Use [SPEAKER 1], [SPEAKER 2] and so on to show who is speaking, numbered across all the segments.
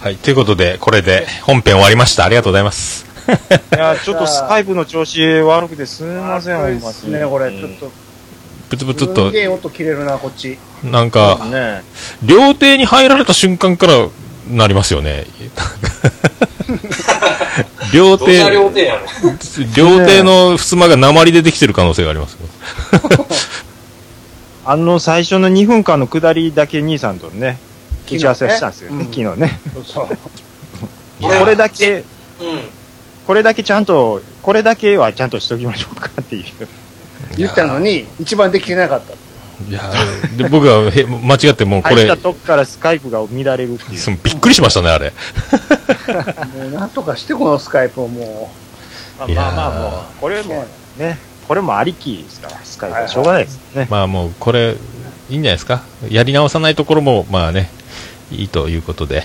[SPEAKER 1] はい、ということで、これで本編終わりました。ありがとうございます。
[SPEAKER 2] いや、ちょっとスカイプの調子悪くてすみません、
[SPEAKER 3] あ
[SPEAKER 2] ほ
[SPEAKER 3] れ
[SPEAKER 2] ん
[SPEAKER 3] で
[SPEAKER 2] まに
[SPEAKER 3] すね、これ。ちょっと、
[SPEAKER 1] ブツブツっ
[SPEAKER 3] す
[SPEAKER 1] と
[SPEAKER 3] ん、げえ音切れるな、こっち。
[SPEAKER 1] なんか、
[SPEAKER 2] ね
[SPEAKER 1] 料亭に入られた瞬間からなりますよ ね。料
[SPEAKER 4] どんな
[SPEAKER 1] 亭、
[SPEAKER 4] 料亭やろ。
[SPEAKER 1] 料亭の襖が鉛でできてる可能性があります。
[SPEAKER 2] あの最初の2分間の下りだけ兄さんとね、打ち合わせしたんですよね、昨
[SPEAKER 3] 昨日
[SPEAKER 2] 日ね。
[SPEAKER 3] そうそう。
[SPEAKER 1] いや
[SPEAKER 2] これだけ、
[SPEAKER 4] うん。
[SPEAKER 2] これだけちゃんと、これだけはちゃんとしときましょうかっていう。
[SPEAKER 3] 言ったのに、一番できてなかった。
[SPEAKER 1] いやで僕はへ間違ってもうこ
[SPEAKER 2] 入っ
[SPEAKER 1] れ
[SPEAKER 2] た、とこからスカイプが乱れるっていう。
[SPEAKER 1] そのびっくりしましたね、あれ。
[SPEAKER 3] もうなんとかして、このスカイプをも
[SPEAKER 2] まあ
[SPEAKER 1] いや
[SPEAKER 2] まあ
[SPEAKER 1] ー
[SPEAKER 2] まあもう、これ
[SPEAKER 3] う。も
[SPEAKER 2] も
[SPEAKER 3] う
[SPEAKER 2] ね、これもありきですから、スカイプはしょうがないですね。
[SPEAKER 1] まあもうこれ、いいんじゃないですか。やり直さないところも、まあね、いいということで。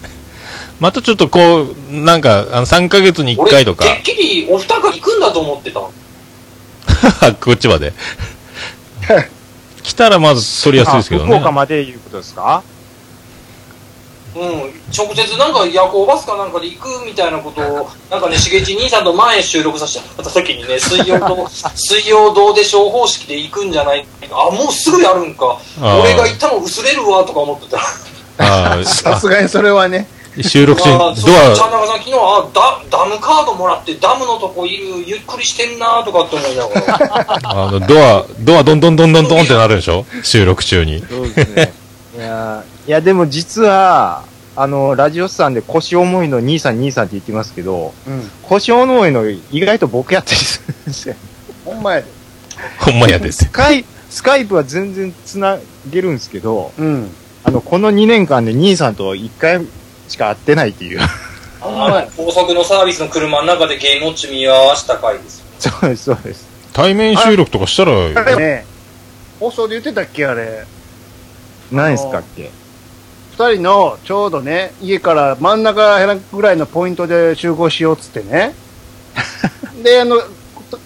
[SPEAKER 1] またちょっとこう、なんか、あの3ヶ月に1回とか、
[SPEAKER 4] 俺てっきりお二方行くんだと思ってた。
[SPEAKER 1] こっちまで。来たらまず取りやすいですけど
[SPEAKER 2] あ
[SPEAKER 1] ね
[SPEAKER 2] 福。岡までいうことですか
[SPEAKER 4] うん、直接なんか夜行バスかなんかで行くみたいなこと を、なんかね、しげち兄さんと前収録させてもらった時にね、水曜 堂、水曜堂で商法式で行くんじゃないあ、もうすぐやるんか。
[SPEAKER 1] あー
[SPEAKER 4] 俺が行ったの薄れるわとか思ってた。
[SPEAKER 1] あー
[SPEAKER 3] さすがにそれはね、
[SPEAKER 1] あ収録中に
[SPEAKER 4] あーそう
[SPEAKER 1] ド
[SPEAKER 4] ちゃん
[SPEAKER 1] ア、
[SPEAKER 4] 中さん、昨日、あダ、ダムカードもらって、ダムのとこいる、ゆっくりしてんなとかって思いなが ら。
[SPEAKER 1] あのドア、ドアどんどんどんどんどんってなるでしょ収録中に。
[SPEAKER 2] そうですね。 いやー、いやでも実は、あの、ラジオスさんで腰重いの兄さん兄さんって言ってますけど、
[SPEAKER 3] うん、
[SPEAKER 2] 腰重いの意外と僕やったりするんですよ。
[SPEAKER 3] ほんまやで。
[SPEAKER 1] ほんまやです
[SPEAKER 2] ス。カイ、スカイプは全然つなげるんですけど、
[SPEAKER 3] うん。
[SPEAKER 2] あの、この2年間で兄さんと1回しか会ってないっていう。
[SPEAKER 4] あの高速のサービスの車の中でゲームウォッチ見合わせた回ですよ。
[SPEAKER 2] そうです、そうです。
[SPEAKER 1] 対面収録とかした
[SPEAKER 3] あれ
[SPEAKER 1] ら、
[SPEAKER 3] ね、放送で言ってたっけ、あれ。
[SPEAKER 2] 何ですかっけ
[SPEAKER 3] 二人のちょうどね、家から真ん中ぐらいのポイントで集合しようっつって ね。で、あの、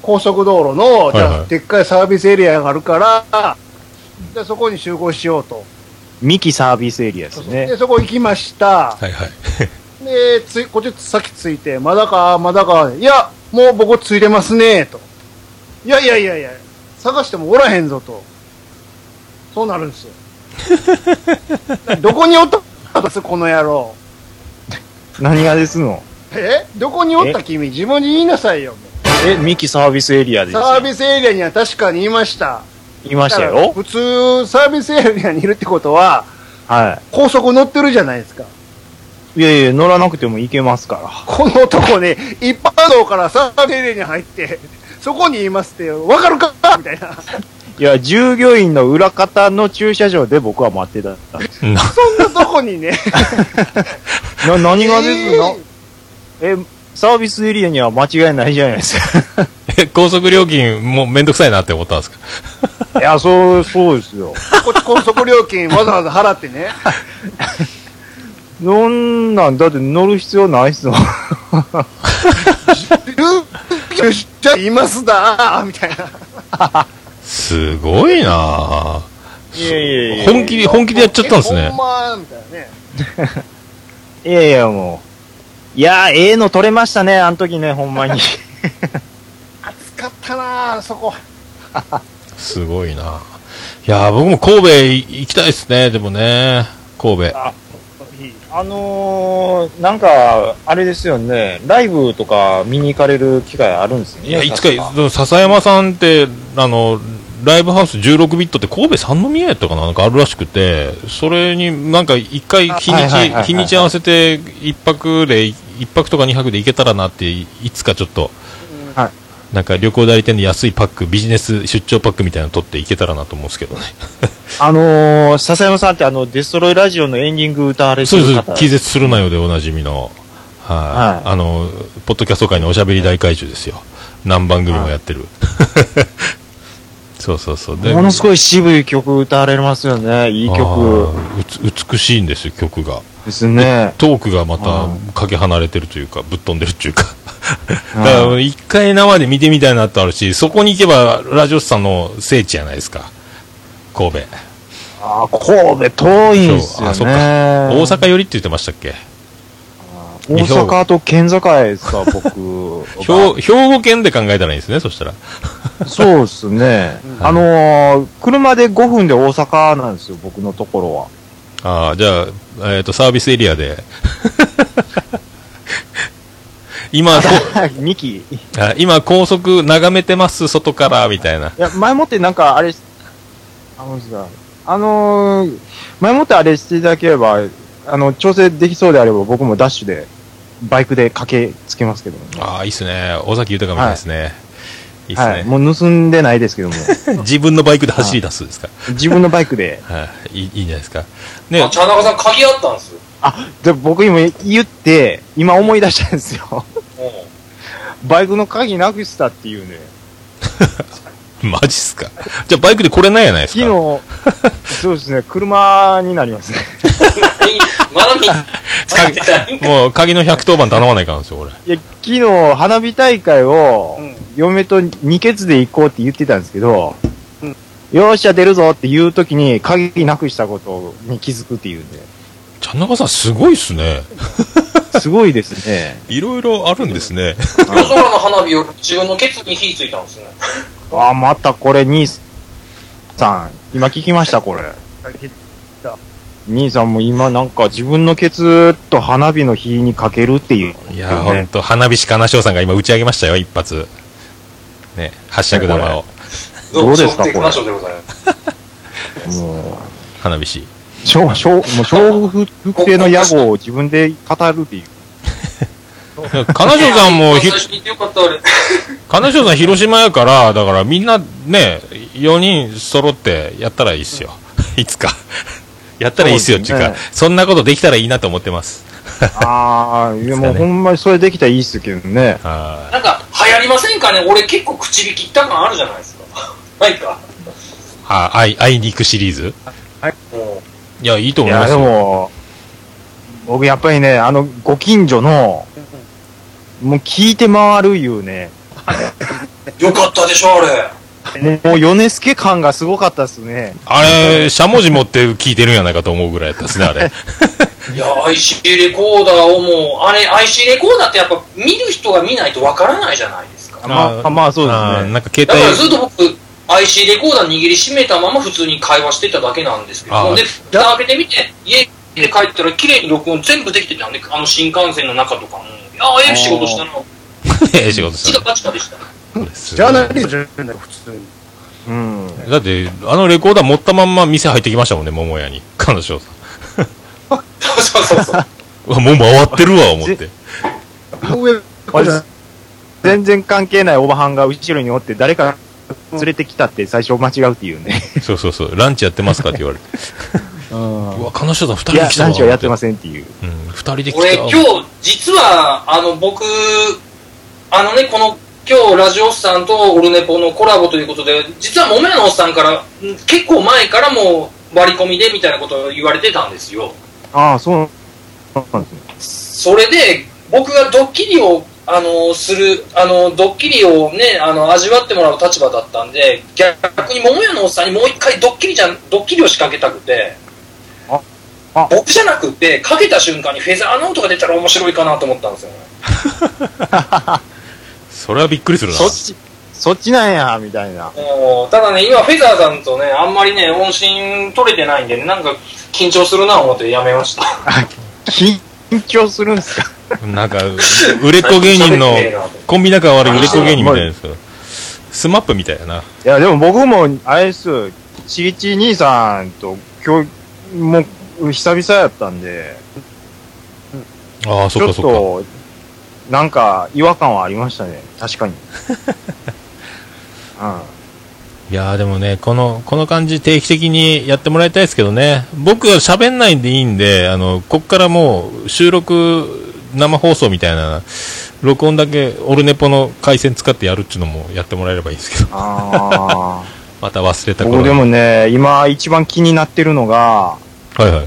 [SPEAKER 3] 高速道路の、じゃあ
[SPEAKER 1] はいはい
[SPEAKER 3] でっかいサービスエリアがあるから、でそこに集合しようと。
[SPEAKER 2] ミキサービスエリアですね
[SPEAKER 3] で、。そこ行きました。
[SPEAKER 1] はいはい。
[SPEAKER 3] で、つい、こっち先ついて、まだか、まだか、いや、もう僕ついてますね、と。いやいやいやいや、探してもおらへんぞ、と。そうなるんです よ。どこにおったんですこの野郎。
[SPEAKER 2] 何がですの
[SPEAKER 3] えどこにおった君自分に言いなさいよ。
[SPEAKER 2] え、ミキサービスエリアですよ。
[SPEAKER 3] サービスエリアには確かにいました。
[SPEAKER 2] いました
[SPEAKER 3] だから
[SPEAKER 2] よ。
[SPEAKER 3] 普通、サービスエリアにいるってことは、
[SPEAKER 2] は
[SPEAKER 3] 高速乗ってるじゃないですか。
[SPEAKER 2] い。いやいや、乗らなくても行けますから。
[SPEAKER 3] この男ね、一般道からサービスエリアに入って、そこにいますって、わかるかみたいな。
[SPEAKER 2] いや、従業員の裏方の駐車場で僕は待ってた。
[SPEAKER 1] な
[SPEAKER 3] そんなとこにね。
[SPEAKER 2] な何がですの
[SPEAKER 3] えー
[SPEAKER 2] えサービスエリアには間違いないじゃないですか。
[SPEAKER 1] え高速料金もうめんどくさいなって思ったんですか
[SPEAKER 2] いや、そう、そうですよ。
[SPEAKER 3] こっち高速料金わざわざ払ってね。
[SPEAKER 2] そんなん、だって乗る必要ないっすもん。
[SPEAKER 3] るじゃいますだみたいな。
[SPEAKER 1] すごいなぁ
[SPEAKER 2] いやいやいや
[SPEAKER 1] 本気で、本気でやっちゃったんです
[SPEAKER 3] え
[SPEAKER 1] ね
[SPEAKER 3] ほん。まみたいなね。
[SPEAKER 2] いやいや、もう。いやー、ええの取れましたね、あの時ね、ほんまに。
[SPEAKER 3] 暑かったなあそこ。
[SPEAKER 1] すごいなぁいやー僕も神戸行きたいですね、でもね。神戸。
[SPEAKER 2] あのー、なんか、あれですよね、ライブとか見に行かれる機会あるんですよね。
[SPEAKER 1] いや、いつか、
[SPEAKER 2] 確
[SPEAKER 1] その笹山さんって、あの、ライブハウス16ビットって神戸三宮やったかななんかあるらしくて、それになんか一回日
[SPEAKER 2] はいはいはいは
[SPEAKER 1] にち、
[SPEAKER 2] い
[SPEAKER 1] 日にち合わせて一泊で、一泊とか二泊で行けたらなって、いいつかちょっと
[SPEAKER 2] は、
[SPEAKER 1] なんか旅行代理店で安いパック、ビジネス出張パックみたいなの取って行けたらなと思うんですけどね。
[SPEAKER 2] あのー、笹山さんってあの、デストロイラジオのエンディング歌われて
[SPEAKER 1] そう
[SPEAKER 2] る
[SPEAKER 1] です
[SPEAKER 2] 方。。
[SPEAKER 1] 気絶するなよでおなじみの、はい、
[SPEAKER 2] は
[SPEAKER 1] あの、ポッドキャスト界のおしゃべり大怪獣ですよ。何番組もやってる。 そうそうそう。
[SPEAKER 2] ものすごい渋い曲歌われますよね。いい
[SPEAKER 1] あ
[SPEAKER 2] 曲
[SPEAKER 1] ーうつ美しいんですよ、曲が。
[SPEAKER 2] ですね。
[SPEAKER 1] トークがま
[SPEAKER 2] あ
[SPEAKER 1] たかけ離れてるというか、ぶっ飛んでるというか。 だか
[SPEAKER 2] は
[SPEAKER 1] ら、
[SPEAKER 2] い
[SPEAKER 1] 一回生で見てみたいなってあるし、そこに行けば、ラジオスさんの聖地じゃないですか。神戸。
[SPEAKER 2] あー、神戸遠いんですよね。
[SPEAKER 1] そうあそっか大阪寄りって言ってましたっけ
[SPEAKER 2] 大阪と県境ですか、僕。
[SPEAKER 1] 兵兵庫県で考えたらいいんですね、そしたら。
[SPEAKER 2] そうですね。あのー車で5分で大阪なんですよ、僕のところは。
[SPEAKER 1] ああ、じゃあ、えっ、と、サービスエリアで。 今、こ
[SPEAKER 2] 2期。い
[SPEAKER 1] あ今、高速眺めてます、外から、みたいな。
[SPEAKER 2] や、前もってなんかあれ、あのですかあのー前もってあれしていただければ、あの、調整できそうであれば僕もダッシュで、バイクで駆けつけますけど、ね。
[SPEAKER 1] ああ、いいっすね。尾崎豊みたいですね。い、いっすね。
[SPEAKER 2] はい。もう盗んでないで すけども。
[SPEAKER 1] 自分のバイクで走り出すですか。
[SPEAKER 2] 自分のバイクで。
[SPEAKER 1] はい、いいいいんじゃないですか。
[SPEAKER 4] あ
[SPEAKER 1] ね、
[SPEAKER 4] 茶中さん、鍵あったんですよ。
[SPEAKER 2] あ、で僕今言って、今思い出したんで すよ。
[SPEAKER 4] う
[SPEAKER 2] バイクの鍵なくしたっていうね。
[SPEAKER 1] マジっすか。じゃあ、バイクで来れないじゃないです
[SPEAKER 2] 昨
[SPEAKER 1] か。
[SPEAKER 2] 日、そうですね、車になりますね。
[SPEAKER 4] ん。まだ見
[SPEAKER 1] 鍵
[SPEAKER 4] てないんか。
[SPEAKER 1] もう、鍵の110番頼まないかんですよ、俺。
[SPEAKER 2] いや、昨日、花火大会を
[SPEAKER 4] う、ん。
[SPEAKER 2] 嫁と二ケツで行こうって言ってたんですけど、
[SPEAKER 4] うん
[SPEAKER 2] よっしゃ、出るぞって言うときに、鍵なくしたことに気づくっていうんで、
[SPEAKER 1] ちゃん中さん、すごいっすね。
[SPEAKER 2] すごいですね。
[SPEAKER 1] いろいろあるんですね。
[SPEAKER 4] 夜空の花火を自分のケツに火ついたんですね。
[SPEAKER 2] あ、またこれ、兄さん、今聞きました、これ。兄さんも今なんか自分のケツと花火の火にかけるっていう、
[SPEAKER 1] いやー、ほんと、花火師金賞さんが今打ち上げましたよ、一発。ね、発射玉を。
[SPEAKER 2] どうですか
[SPEAKER 4] ショックテク
[SPEAKER 2] これ
[SPEAKER 4] ナショーでございます
[SPEAKER 2] もう、
[SPEAKER 1] 花火師。
[SPEAKER 2] 小、小、もう小服系の屋号を自分で語るっていう。
[SPEAKER 1] 金賞さんも ひ
[SPEAKER 4] 最、初に言ってよかった、あれ。
[SPEAKER 1] 金賞さん広島やから、だからみんなね、4人揃ってやったらいいっすよ。 いつか。やったらいいっすよっていう
[SPEAKER 2] そう
[SPEAKER 1] か
[SPEAKER 2] です、
[SPEAKER 1] そんなことできたらいいなと思ってます。
[SPEAKER 2] ああ、いやも
[SPEAKER 1] ですか
[SPEAKER 2] う
[SPEAKER 1] ね
[SPEAKER 2] ほんまにそれできたらいいっすけどね。
[SPEAKER 1] は
[SPEAKER 4] なんか、流行りませんかね俺結構口火切った感あるじゃないですか。 ないか。
[SPEAKER 1] い。あ、会い、会いに行くシリーズ
[SPEAKER 4] も
[SPEAKER 1] いや、いいと思
[SPEAKER 2] い
[SPEAKER 1] い
[SPEAKER 2] や、
[SPEAKER 1] ます
[SPEAKER 2] で
[SPEAKER 1] よ。
[SPEAKER 2] も、僕やっぱりね、あの、ご近所の、もう聞いて回るいうね、
[SPEAKER 4] う、よかったでしょ、あれ。
[SPEAKER 2] もう米助感がすごかったっすね。
[SPEAKER 1] あれ、しゃもじ持って聞いてるんやないかと思うぐらいやったっすね、あれ。
[SPEAKER 4] いや、IC レコーダーをもう、あれ、IC レコーダーってやっぱ見る人が見ないとわからないじゃないですか。
[SPEAKER 1] ー
[SPEAKER 2] まあ、まあそうで
[SPEAKER 1] あ
[SPEAKER 2] す
[SPEAKER 1] ー
[SPEAKER 2] ね。
[SPEAKER 1] なんか携
[SPEAKER 4] だからずっ
[SPEAKER 1] 帯、
[SPEAKER 4] と僕、IC レコーダー握りしめたまま普通に会話してただけなんですけ
[SPEAKER 1] あー
[SPEAKER 4] ど、で、蓋開けてみて、家で帰ったら綺麗に録音全部できてたんで、あの新幹線の中とかも。ああ、ええ仕事したな。
[SPEAKER 1] ええ仕事
[SPEAKER 4] 一
[SPEAKER 1] し
[SPEAKER 4] 度バチカでした。
[SPEAKER 1] たんです。
[SPEAKER 3] じゃあないじゃない普通に。
[SPEAKER 2] うん。
[SPEAKER 1] だって、あのレコーダー持ったまんま店入ってきましたもんね、桃屋に。彼女さん。
[SPEAKER 4] そうそうそうそう。
[SPEAKER 1] うわもう回ってるわ、思って。
[SPEAKER 3] 上、こ
[SPEAKER 2] あ
[SPEAKER 3] れ
[SPEAKER 2] れ全然関係ないおばはんが後ろにおって、誰か連れてきたって最初間違うっていうね。
[SPEAKER 1] そうそうそう。ランチやってますかって言われて。うわ、彼女さん二人
[SPEAKER 2] い
[SPEAKER 1] で
[SPEAKER 2] や
[SPEAKER 1] 来、たわ。
[SPEAKER 2] ランチはやってませんっていう。
[SPEAKER 1] うん、二人で来たわ。
[SPEAKER 4] 俺、今日、実は、あの、僕、あのね、この、今日、ラジオスさんとオルネポのコラボということで、実は、もめのおっさんから、ん結構前からもう、割り込みでみたいなことを言われてたんですよ。
[SPEAKER 2] ああ、そうなんですね。
[SPEAKER 4] それで、僕がドッキリを、あの、する、あの、ドッキリをね、あの、味わってもらう立場だったんで、逆に、桃屋のおっさんにもう一回ドッキリじゃん、ドッキリを仕掛けたくて
[SPEAKER 2] ああ、
[SPEAKER 4] 僕じゃなくて、かけた瞬間にフェザーの音が出たら面白いかなと思ったんですよね。
[SPEAKER 1] それはびっくりするな
[SPEAKER 2] そ。っち、そっちなんや、みたいな。
[SPEAKER 4] もうただね、今、フェザーさんとね、あんまりね、音信取れてないんでね、なんか緊張するな思ってやめました。
[SPEAKER 2] 緊張するんですか
[SPEAKER 1] なんか、売れっ子芸人の、コンビ仲悪い売れっ子芸人みたいですよ。スマップみたいやな。
[SPEAKER 2] いや、でも僕も、あれですよ、しげち兄さんと、今日、もう、久々やったんで、
[SPEAKER 1] ああ、
[SPEAKER 2] ち
[SPEAKER 1] そっ
[SPEAKER 2] ょ
[SPEAKER 1] か
[SPEAKER 2] っ
[SPEAKER 1] そっ
[SPEAKER 2] と、なんか、違和感はありましたね。確か に。う
[SPEAKER 1] か。いやーでもね、この、この感じ定期的にやってもらいたいですけどね。僕は喋んないんでいいんで、あの、こっからもう収録、生放送みたいな、録音だけオルネポの回線使ってやるっちゅうのもやってもらえればいいんですけど
[SPEAKER 2] ん。。あ
[SPEAKER 1] また忘れ
[SPEAKER 2] あ。
[SPEAKER 1] た頃
[SPEAKER 2] 僕
[SPEAKER 1] に
[SPEAKER 2] でもね、今一番気になってるのが、
[SPEAKER 1] はいはい。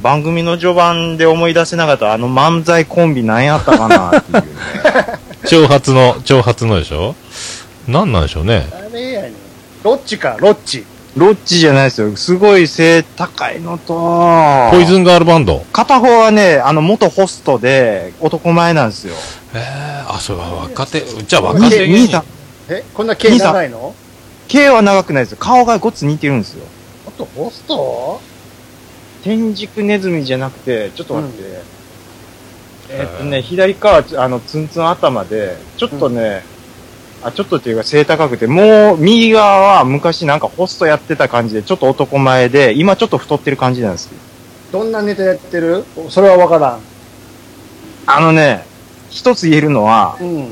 [SPEAKER 2] 番組の序盤で思い出せなかったあの漫才コンビ何やったかなっていうね。
[SPEAKER 1] 挑発の、挑発のでしょ何なんでしょうね。
[SPEAKER 3] あれやねんロッチか、ロッチ。
[SPEAKER 2] ロッチじゃないですよ。すごい背高いのと、
[SPEAKER 1] ポイズンガールバンド。
[SPEAKER 2] 片方はね、あの、元ホストで、男前なんですよ。
[SPEAKER 1] えー、あ、そう、若手、じゃあ若手芸
[SPEAKER 2] 兄さ
[SPEAKER 1] 人
[SPEAKER 2] ん。、
[SPEAKER 3] えこんな毛長いの
[SPEAKER 2] 毛は長くないですよ。顔がごっつ似てるんですよ。
[SPEAKER 3] あとホスト
[SPEAKER 2] 天竺ネズミじゃなくて、ちょっと待って。えーっとね、左側、あの、ツンツン頭で、ちょっとね、あ、ちょっとっていうか背高くて、もう、右側は昔なんかホストやってた感じで、ちょっと男前で、今ちょっと太ってる感じなんですよ。
[SPEAKER 3] どんなネタやってるそれはわからん。
[SPEAKER 2] あのね、一つ言えるのは、
[SPEAKER 3] うん。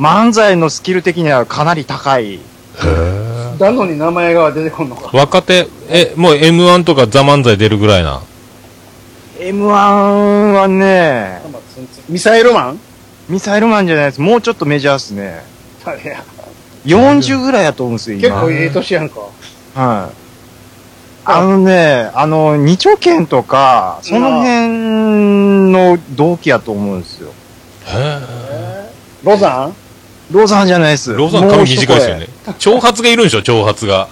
[SPEAKER 2] 漫才のスキル的にはかなり高い。
[SPEAKER 1] へ
[SPEAKER 3] だのに名前が出てこんのか。
[SPEAKER 1] ー若手、え、もう M1 とかザ・漫才出るぐらいな。
[SPEAKER 2] M1 はね、
[SPEAKER 3] ミサイルマン
[SPEAKER 2] ミサイルマンじゃないです。もうちょっとメジャーっすね。
[SPEAKER 3] 誰や
[SPEAKER 2] 40ぐらいやと思うんですよ、
[SPEAKER 3] 結
[SPEAKER 2] 今。
[SPEAKER 3] 構いい年やんか。
[SPEAKER 2] はい。あのね、あの、二丁拳とか、その辺の同期やと思うんですよ。
[SPEAKER 1] へ
[SPEAKER 3] ロザン
[SPEAKER 2] ロザンじゃないです。
[SPEAKER 1] ーローさん
[SPEAKER 2] もう
[SPEAKER 1] 髪
[SPEAKER 2] 一
[SPEAKER 1] 短いですよ
[SPEAKER 2] 声。
[SPEAKER 1] ね。長髪がいるんでしょ、長髪が。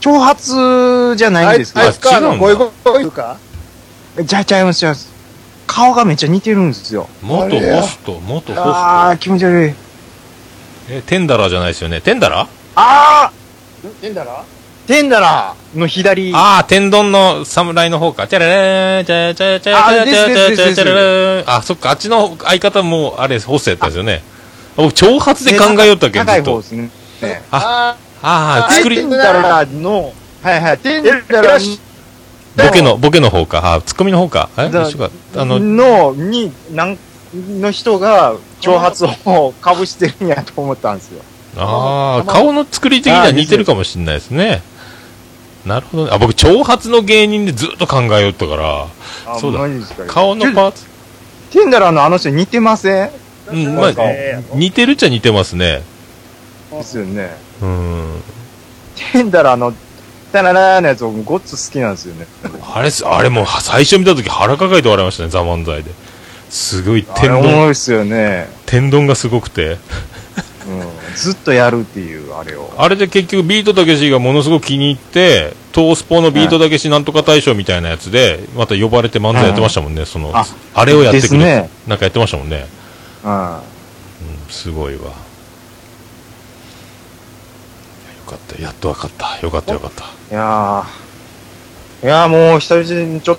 [SPEAKER 2] 長髪じゃないんです
[SPEAKER 3] あい
[SPEAKER 2] よ。
[SPEAKER 3] つか、
[SPEAKER 1] 違
[SPEAKER 3] あ
[SPEAKER 1] う
[SPEAKER 3] の、
[SPEAKER 1] んだ
[SPEAKER 3] ゴイゴイか
[SPEAKER 2] じゃちゃいます、ちゃいます。顔がめっちゃ似てるんですよ。
[SPEAKER 1] 元
[SPEAKER 3] あれや
[SPEAKER 1] ホスト、元ホ
[SPEAKER 2] あ
[SPEAKER 1] スト。
[SPEAKER 2] ー、気持ち悪い。
[SPEAKER 1] え、テンダラーじゃないですよね。テンダラー
[SPEAKER 2] あ
[SPEAKER 3] えんだら
[SPEAKER 2] ー、テンダラーの左。
[SPEAKER 1] ああ、天丼の侍の方か。チャラレーン、チャラチャラチャラチャラチャラチャラチャラチャラあ、そっか、あっちの相方も、あれ、ホストやったんですよね。僕、長髪で考えよったっけ、ず
[SPEAKER 2] 高い
[SPEAKER 1] っ
[SPEAKER 2] 方
[SPEAKER 1] と
[SPEAKER 2] で。すね。
[SPEAKER 3] あ
[SPEAKER 1] ああ、作り、
[SPEAKER 2] テン
[SPEAKER 1] ボ
[SPEAKER 2] ダラーの、はいはい、テンダラー
[SPEAKER 1] ケの、ボケの方か。あツッコミの方か。え
[SPEAKER 2] だ
[SPEAKER 1] 一緒か。あの、
[SPEAKER 2] の、に、なん、の人が、挑発をかぶしてるんやと思ったんですよ。
[SPEAKER 1] ああ、顔の作り的には似てるかもしれないですね。なるほどね。あ、僕、長髪の芸人でずっと考えよったから、
[SPEAKER 2] あ
[SPEAKER 1] そうだ
[SPEAKER 2] マジですか
[SPEAKER 1] 顔のパーツ、
[SPEAKER 2] テンダラーのあの人似てません
[SPEAKER 1] うん、まあ
[SPEAKER 2] なんか、
[SPEAKER 1] 似てるっちゃ似てますね。
[SPEAKER 2] ですよね。
[SPEAKER 1] うん。
[SPEAKER 2] テンダラーの、タララーのやつをごっつ好きなんですよね。
[SPEAKER 1] あれっす、あれもう最初見たとき腹抱えて笑いましたね、ザ・漫才で。すごい
[SPEAKER 2] あれ
[SPEAKER 1] 天
[SPEAKER 2] おも
[SPEAKER 1] 丼、
[SPEAKER 2] ろいっすよね。
[SPEAKER 1] 天丼がすごくて。
[SPEAKER 2] うん。ずっとやるっていう、あれを。
[SPEAKER 1] あれで結局ビートたけしがものすごく気に入って、トースポのビートたけしなんとか大賞みたいなやつで、また呼ばれて漫才やってましたもんね、その、
[SPEAKER 2] あ
[SPEAKER 1] あれをやってくれ、
[SPEAKER 2] ですね
[SPEAKER 1] なんかやってましたもんね。
[SPEAKER 2] うん。
[SPEAKER 1] うん、すごいわ。いやよかった、やっとわかった。よかった、よかった。
[SPEAKER 2] いやー、いやーもう久々にちょっ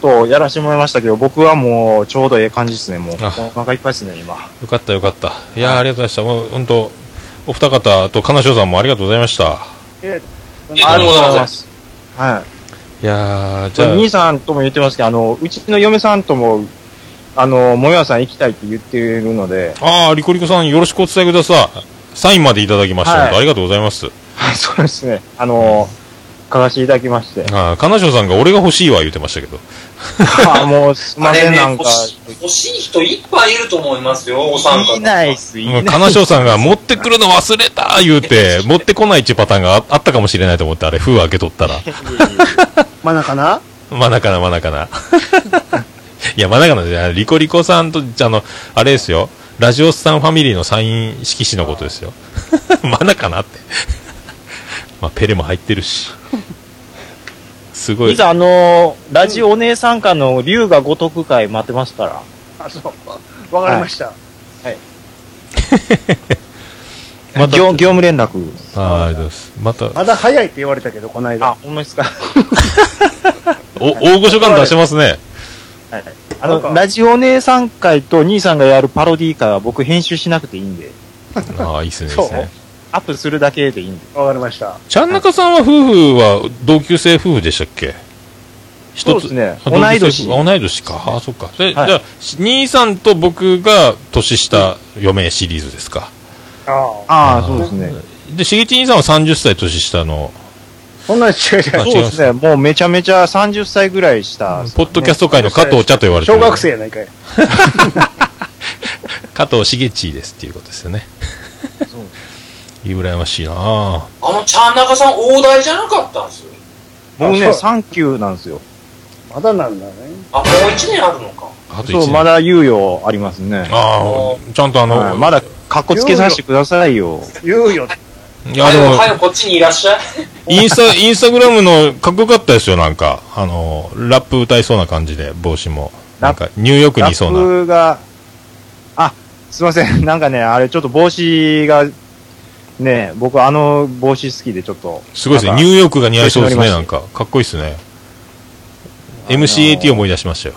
[SPEAKER 2] とやらしてもらいましたけど、僕はもうちょうどええ感じですね、もう。お
[SPEAKER 1] あ
[SPEAKER 2] 腹いっぱいですね、今。
[SPEAKER 1] よかった、よかった。いやー、ありがとうございました。もう、本当お二方と金城さんもありがとうございました。
[SPEAKER 4] ありがとうございます。
[SPEAKER 2] す。はい
[SPEAKER 1] やー、じ
[SPEAKER 2] い。
[SPEAKER 1] ゃあ、
[SPEAKER 2] 兄さんとも言ってますけど、あの、うちの嫁さんとも、あの、もやさん行きたいって言ってるので、
[SPEAKER 1] ああ、リコリコさん、よろしくお伝えください。サインまでいただきました。
[SPEAKER 2] はい
[SPEAKER 1] 本当ありがとうございます。
[SPEAKER 2] はい、そうですね。あの、書かせていただきま して。
[SPEAKER 1] ああ、金城さんが俺が欲しいわ言ってましたけど。
[SPEAKER 2] あーもうすい
[SPEAKER 4] あ
[SPEAKER 2] ま
[SPEAKER 4] れ
[SPEAKER 2] せん、
[SPEAKER 4] ね
[SPEAKER 2] なんか
[SPEAKER 4] 欲。しい、欲しい人いっぱいいると思いますよ、お三方。
[SPEAKER 2] いないっす、いな
[SPEAKER 1] うん
[SPEAKER 2] い。
[SPEAKER 1] 金城さんが持ってくるの忘れた言うて、持ってこないっていうパターンがああったかもしれないと思って、あれ、封開けとったら。
[SPEAKER 3] 真中な
[SPEAKER 1] まなかな、まなかな。いや、まなかなじゃないリコリコさんと、あの、あれですよ。ラジオスタンファミリーのサイン色紙のことですよ。まなかなって。まあ、ペレも入ってるし。すごい。
[SPEAKER 5] いざ、あのーラジオお姉さんかの龍が如く会待ってますから。
[SPEAKER 3] あ、そう。わかりました。
[SPEAKER 1] また
[SPEAKER 2] 業業務連絡。
[SPEAKER 1] あーありがとうございます。また、
[SPEAKER 3] まだ早いって言われたけど、この間。
[SPEAKER 2] あ、ほんまですか。
[SPEAKER 1] お、大御所感出してますね。
[SPEAKER 2] あ
[SPEAKER 3] なんか
[SPEAKER 2] の、ラジオ姉さん会と兄さんがやるパロディー会は僕編集しなくていいんで、
[SPEAKER 1] ああ、いいっすね、いい
[SPEAKER 3] そう
[SPEAKER 1] っすね。
[SPEAKER 2] アップするだけでいいんで。
[SPEAKER 3] わかりました。
[SPEAKER 1] ちゃんなかさんは夫婦は同級生夫婦でしたっけ
[SPEAKER 2] そうですね
[SPEAKER 1] あ同級生
[SPEAKER 2] 同い年
[SPEAKER 1] 夫婦同い年か。ああ、そっか。それ
[SPEAKER 2] はい
[SPEAKER 1] じゃあ、し兄さんと僕が年下4名シリーズですか。
[SPEAKER 3] あ
[SPEAKER 2] あ
[SPEAKER 3] あ。
[SPEAKER 1] あー
[SPEAKER 2] あ、そうですね。
[SPEAKER 1] で、しげち兄さんは30歳年下の、
[SPEAKER 3] そんなに違うじゃ
[SPEAKER 1] あ
[SPEAKER 2] そ
[SPEAKER 3] ん。
[SPEAKER 2] うですね。もうめちゃめちゃ30歳ぐらいした、
[SPEAKER 1] ポッドキャス
[SPEAKER 2] ト。
[SPEAKER 1] ト界の加藤茶と言われて
[SPEAKER 3] 小
[SPEAKER 1] る。
[SPEAKER 3] 学生やないかい。
[SPEAKER 1] 加藤しげちですっていうことですよね。い 羨ましいなあ
[SPEAKER 4] あの、ちゃん中さん、大台じゃなかったんですよ。
[SPEAKER 2] 僕ね、
[SPEAKER 3] あそう
[SPEAKER 2] 3級なんですよ。
[SPEAKER 3] まだなんだね。
[SPEAKER 4] あ、もう一年あるのか。
[SPEAKER 1] あと1
[SPEAKER 2] そう、
[SPEAKER 1] 年。
[SPEAKER 2] まだ猶予ありますね。
[SPEAKER 1] ああ、ちゃんとあの、
[SPEAKER 2] はいまだ、かっこつけさせてくださいよ。
[SPEAKER 3] 言うよ。
[SPEAKER 1] いや、
[SPEAKER 4] は
[SPEAKER 1] で
[SPEAKER 4] よ、
[SPEAKER 1] も、
[SPEAKER 4] はよ、こっちにいらっしゃい。
[SPEAKER 1] インスタ、インスタグラムの、かっこよかったですよ、なんか。あの、ラップ歌いそうな感じで、帽子も。なんか、ニューヨークに
[SPEAKER 6] ラ
[SPEAKER 1] いそうな。
[SPEAKER 6] ップが、あ、すいません。なん かね、あれちょっと帽子が、ね、僕あの帽子好きでちょっと。
[SPEAKER 1] すごいですね。
[SPEAKER 6] なん
[SPEAKER 1] ニ
[SPEAKER 6] か
[SPEAKER 1] ューヨークが似合いそうですね、
[SPEAKER 6] 調子乗
[SPEAKER 1] な
[SPEAKER 6] り
[SPEAKER 1] んか。かっこいいですね。
[SPEAKER 6] あの
[SPEAKER 1] MCAT 思い出しましたよ。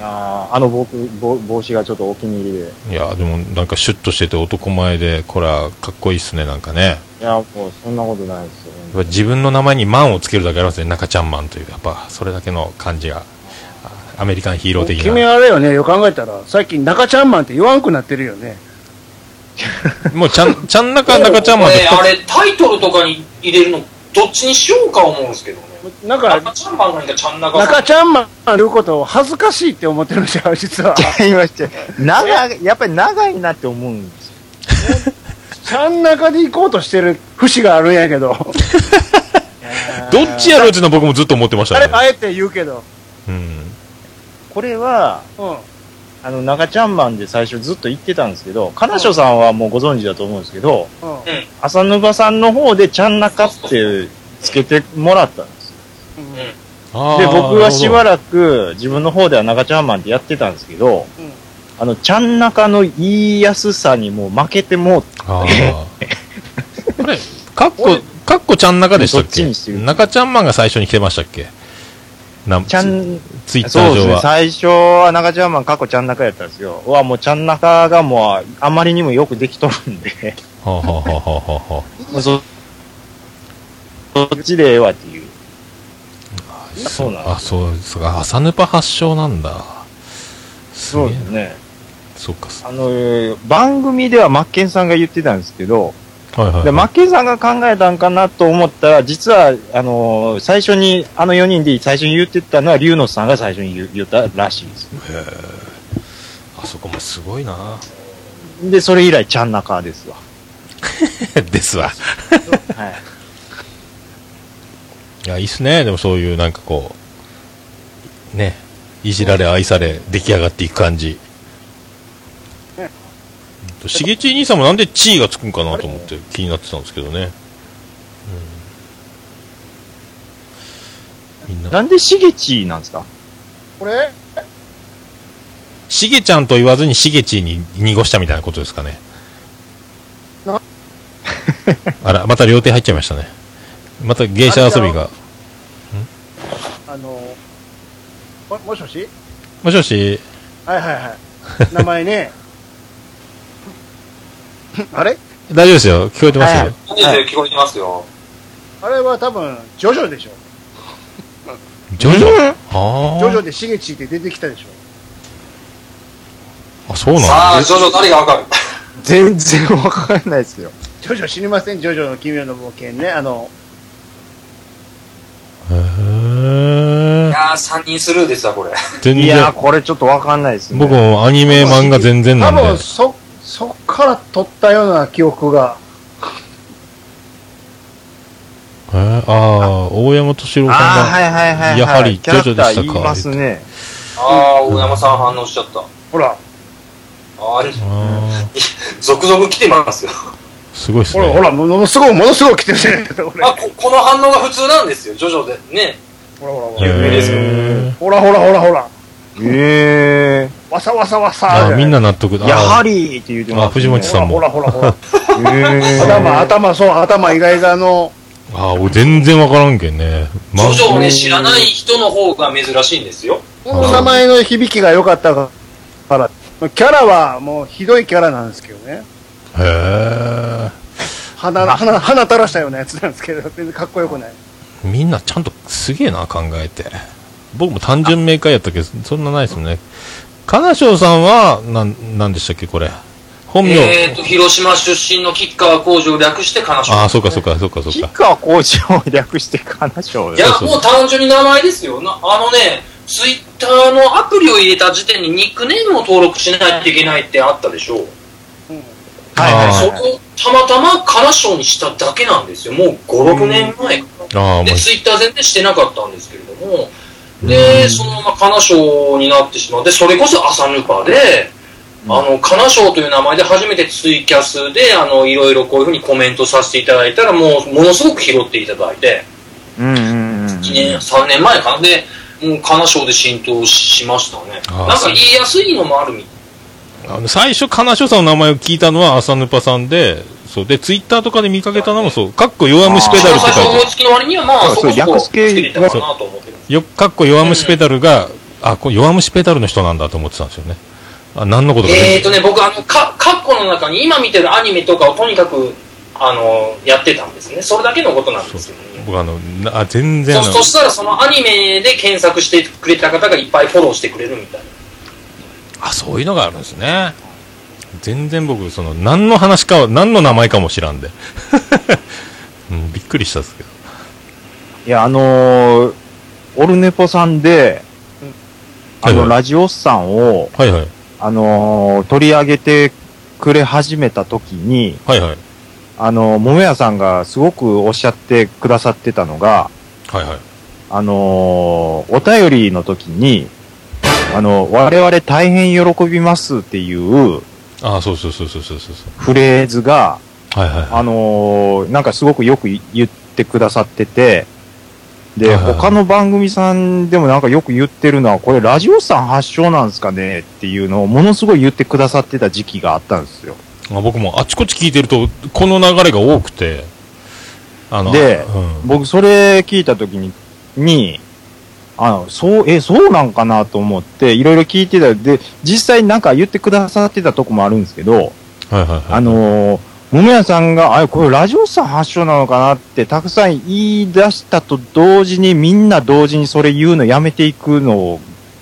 [SPEAKER 6] いやーあの僕帽帽子がちょっとお気に入りで。
[SPEAKER 1] いや、でも、なんかシュッとしてて男前で、こら、かっこいいっすね、なんかね。
[SPEAKER 6] いや、もうそんなことないですよ。
[SPEAKER 1] やっぱ自分の名前にマンをつけるだけありますね。中ちゃんマンという。やっぱ、それだけの感じが。あアメリカンヒーロー的
[SPEAKER 3] 君
[SPEAKER 1] な。
[SPEAKER 3] あれよね、よく考えたら、最近中ちゃんマンって言わんくなってるよね。
[SPEAKER 1] もう、ちゃん、ちゃん中、中ちゃんマン
[SPEAKER 4] こ
[SPEAKER 1] で
[SPEAKER 4] れあれ、タイトルとかに入れるの、どっちにしようか思うんですけどね。
[SPEAKER 3] だから、
[SPEAKER 4] 中ちゃんマンなんかちゃん中さ
[SPEAKER 3] 中
[SPEAKER 4] ん。
[SPEAKER 3] ちゃんマンっていうことを恥ずかしいって思ってるんじゃん、実は。
[SPEAKER 6] 違いまして、長い、やっぱり長いなって思うんですよ。
[SPEAKER 3] ちゃん中で行こうとしてる節があるんやけど。
[SPEAKER 1] どっちやろうっていうのは僕もずっと思ってまし
[SPEAKER 3] あれ、
[SPEAKER 1] たね。
[SPEAKER 3] あえて言うけど。
[SPEAKER 1] うん。
[SPEAKER 2] これは、
[SPEAKER 3] うん。
[SPEAKER 2] あの、中ちゃんマンで最初ずっと言ってたんですけど、カナショさんはもうご存知だと思うんですけど、
[SPEAKER 3] うん。
[SPEAKER 2] 浅沼さんの方でちゃん中ってつけてもらったんですよ。で、僕はしば
[SPEAKER 1] ら
[SPEAKER 2] らく自分の方では中ちゃんマンってやってたんですけど、
[SPEAKER 3] うん
[SPEAKER 2] あの、ちゃん中の言いやすさにもう負けてもうて、
[SPEAKER 1] あー あれ、かっこ、かっこちゃん中でしたっ
[SPEAKER 2] どっ
[SPEAKER 1] け
[SPEAKER 2] ちにしてる
[SPEAKER 1] 中ちゃんマンが最初に来てましたっけなん
[SPEAKER 2] ちゃん、
[SPEAKER 1] ツイッタ
[SPEAKER 2] そ
[SPEAKER 1] ー
[SPEAKER 2] うで
[SPEAKER 1] 上
[SPEAKER 2] すね、
[SPEAKER 1] は。
[SPEAKER 2] 最初は中ちゃんマン過去ちゃん中やったんですよ。うわ、もうちゃん中がもうあまりにもよくできとるん で、
[SPEAKER 1] はあはあはあはあはあ は
[SPEAKER 2] もうそ、そっちでええわっていう。
[SPEAKER 1] あ
[SPEAKER 2] そうなんですよ
[SPEAKER 1] あ、そうですか。朝ヌパ発祥なんだ。すげえ
[SPEAKER 2] そう
[SPEAKER 1] な
[SPEAKER 2] ですね。
[SPEAKER 1] そうか。そ
[SPEAKER 2] あのー、番組ではマッケンさんが言ってたんですけど、
[SPEAKER 1] はいはいはい。
[SPEAKER 2] でマッケンさんが考えたんかなと思ったら、実は、あのー最初に、あの4人で最初に言ってたのは、龍野さんが最初に言う言ったらしいです。
[SPEAKER 1] へーあそこもすごいな
[SPEAKER 2] で、それ以来、ちゃん中ですわ。
[SPEAKER 1] ですわ。
[SPEAKER 2] はい。
[SPEAKER 1] いや、いいっすね。でもそういうなんかこう、ね、いじられ、愛され、出来上がっていく感じ。しげち兄さんもなんで地位がつくんかなと思って気になってたんですけどね。うん、みんな、
[SPEAKER 2] なんでしげちなんですか
[SPEAKER 3] これ
[SPEAKER 1] しげちゃんと言わずにしげちに濁したみたいなことですかね
[SPEAKER 3] な。
[SPEAKER 1] あら、また両手入っちゃいましたね。また芸者遊びが。
[SPEAKER 3] あの、も、もしもし
[SPEAKER 1] もしもし、
[SPEAKER 3] はいはいはい。名前ね。 あれ
[SPEAKER 1] 大丈夫ですよ。聞こえてます
[SPEAKER 2] はい
[SPEAKER 4] いいですよ、聞こえてますよ。
[SPEAKER 3] あれは多分、ジョジョでしょ。
[SPEAKER 1] ジョジョあ
[SPEAKER 3] ジョジ
[SPEAKER 1] ー
[SPEAKER 3] ョでしげちって出てきたでしょ。
[SPEAKER 1] あ、そうなんだ。
[SPEAKER 4] さあ、ジョジョ誰がわかる
[SPEAKER 6] 全然わかんないですよ。
[SPEAKER 3] ジョジョ知りませんジョジョの奇妙な冒険ね。あの、
[SPEAKER 1] へ
[SPEAKER 4] い
[SPEAKER 1] ー
[SPEAKER 4] やー、3人スルーですわ、これ。
[SPEAKER 1] 全
[SPEAKER 2] いや
[SPEAKER 1] 然、
[SPEAKER 2] ー、これちょっとわかんないですね。
[SPEAKER 1] 僕もアニメ漫画全然な
[SPEAKER 3] 多
[SPEAKER 1] んで。
[SPEAKER 3] 分、そ、そっから撮ったような記憶が。
[SPEAKER 1] えー、ああー、大山敏郎
[SPEAKER 2] ああ、
[SPEAKER 1] さん
[SPEAKER 2] は
[SPEAKER 1] が。
[SPEAKER 2] いはいはい、はい。
[SPEAKER 1] やはり
[SPEAKER 2] キャラ
[SPEAKER 1] ジョジョ
[SPEAKER 2] クタ
[SPEAKER 1] でした
[SPEAKER 2] ー
[SPEAKER 1] か
[SPEAKER 2] 言いますね。
[SPEAKER 4] あー、大山さん反応しちゃった。
[SPEAKER 3] ほら、
[SPEAKER 4] あーあれ、
[SPEAKER 1] あ
[SPEAKER 4] 続々来てますよ。
[SPEAKER 1] ーすごいっす
[SPEAKER 3] ほら、ほ
[SPEAKER 1] ね。
[SPEAKER 3] ら、ものすごい、ものすごい来てるじゃ ないですか、俺
[SPEAKER 4] あ、ここの反応が普通なんですよ、ジョジョで。ね。
[SPEAKER 3] ほらほ
[SPEAKER 1] へ
[SPEAKER 4] 有名ですよ
[SPEAKER 1] ー
[SPEAKER 3] らほらほらほらほら。
[SPEAKER 2] え
[SPEAKER 3] わさわさわさ
[SPEAKER 1] あーみんな納得
[SPEAKER 2] え
[SPEAKER 1] だ。
[SPEAKER 2] やは
[SPEAKER 1] り。
[SPEAKER 2] りって言うてます、ね。
[SPEAKER 1] あ藤本
[SPEAKER 3] ほ
[SPEAKER 1] さ
[SPEAKER 3] らほらほらほ ら。
[SPEAKER 2] え
[SPEAKER 3] 頭、頭、そう、頭意外がの、
[SPEAKER 1] あー俺全然わからんけんね。
[SPEAKER 4] ジ
[SPEAKER 1] ま
[SPEAKER 4] ョジョをね、知らない人の方が珍しいんですよ。
[SPEAKER 3] この名前の響きが良かったから。キャラはもうひどいキャラなんですけどね。
[SPEAKER 1] へー
[SPEAKER 3] 鼻、鼻、鼻垂らしたようなやつなんですけど、全然かっこよくない。
[SPEAKER 1] みんなちゃんとすげえな、考えて。僕も単純明快やったけど、そんなないですね。金賞さんは、なん、なんでしたっけ、これ。本名。
[SPEAKER 4] えーと、広島出身の吉川工場を略して金賞。
[SPEAKER 1] ああ、そうかそうかそうかそう
[SPEAKER 2] 吉
[SPEAKER 1] か。
[SPEAKER 2] 川工事を略して金賞
[SPEAKER 4] いや、
[SPEAKER 1] そうそう
[SPEAKER 4] もう単純に名前ですよ。なあのね、ツイッターのアプリを入れた時点にニックネームを登録しないといけないってあったでしょう。
[SPEAKER 2] はいはい
[SPEAKER 1] あ
[SPEAKER 4] そ
[SPEAKER 2] は
[SPEAKER 4] こをたまたま金賞にしただけなんですよ。もう5、6年前。
[SPEAKER 1] ああ、も
[SPEAKER 4] で、
[SPEAKER 1] う、
[SPEAKER 4] ツイッター全然してなかったんですけれども、で、そのまま金賞になってしまって、それこそ朝ヌパで、
[SPEAKER 2] い。
[SPEAKER 4] あの、かなしょうという名前で初めてツイキャスで、あの、いろいろこういうふうにコメントさせていただいたら、もう、ものすごく拾っていただいて、
[SPEAKER 7] うんうんうん。
[SPEAKER 4] 2年、3年前かなで、もう、かなしょうで浸透しましたね。
[SPEAKER 1] あー
[SPEAKER 4] なんか言いやすいのもあるみ
[SPEAKER 1] あの最初、金所さんの名前を聞いたのは浅ぬぱさんで、そうで、ツイッターとかで見かけたのもそう、かっこ弱虫ペ
[SPEAKER 4] 一
[SPEAKER 1] ダルっ
[SPEAKER 4] 番
[SPEAKER 1] て書いて
[SPEAKER 4] 最初
[SPEAKER 1] あ
[SPEAKER 4] 思い
[SPEAKER 1] る
[SPEAKER 4] つきの割には、まあ、そこ
[SPEAKER 7] そう
[SPEAKER 4] そ
[SPEAKER 7] 訳
[SPEAKER 4] こ
[SPEAKER 7] す
[SPEAKER 4] つ
[SPEAKER 7] 系
[SPEAKER 4] けてたかなと思ってる。
[SPEAKER 1] よ、かっこ弱虫ペダルが、あ、これ弱虫ペダルの人なんだと思ってたんですよね。あ、何のことか
[SPEAKER 4] えー
[SPEAKER 1] 全
[SPEAKER 4] と
[SPEAKER 1] 然。
[SPEAKER 4] ね、僕、あの、か、カッコの中に今見てるアニメとかをとにかく、あの、やってたんですね。それだけのことなんです
[SPEAKER 1] そう
[SPEAKER 4] けどね。
[SPEAKER 1] 僕あの、なあ、全然あ
[SPEAKER 4] そ
[SPEAKER 1] の、
[SPEAKER 4] そしたらそのアニメで検索してくれた方がいっぱいフォローしてくれるみたいな
[SPEAKER 1] あ、そういうのがあるんですね。全然僕、その、何の話かは、何の名前かも知らんで。 うん、びっくりしたんですけど。
[SPEAKER 2] いや、あのーオルネポさんで、あ
[SPEAKER 1] はいは
[SPEAKER 2] の、
[SPEAKER 1] い
[SPEAKER 2] ラジオスさんを、
[SPEAKER 1] はいはい。
[SPEAKER 2] あのー取り上げてくれ始めた時に、
[SPEAKER 1] はいはい。
[SPEAKER 2] あのー、桃屋さんがすごくおっしゃってくださってたのが、
[SPEAKER 1] はいはい。
[SPEAKER 2] あのーお便りの時に、あの、我々大変喜びますっていう
[SPEAKER 1] あそうそうそうそうそうそう。
[SPEAKER 2] フレーズが、
[SPEAKER 1] はいはいはい。
[SPEAKER 2] あのーなんかすごくよく言ってくださってて、で、
[SPEAKER 1] はいはいはい
[SPEAKER 2] 他の番組さんでもなんかよく言ってるのは、これラジオさん発祥なんですかねっていうのをものすごい言ってくださってた時期があったんですよ。
[SPEAKER 1] まあ、僕もあちこち聞いてると、この流れが多くて、あの、
[SPEAKER 2] で
[SPEAKER 1] うん、
[SPEAKER 2] 僕それ聞いた時に、に、あの、そう、え、そうなんかなと思って、いろいろ聞いてた。で、実際なんか言ってくださってたとこもあるんですけど、
[SPEAKER 1] はいはいはい。
[SPEAKER 2] あのー、桃屋さんが、あれ、これラジオさん発祥なのかなって、たくさん言い出したと同時に、みんな同時にそれ言うのやめていくの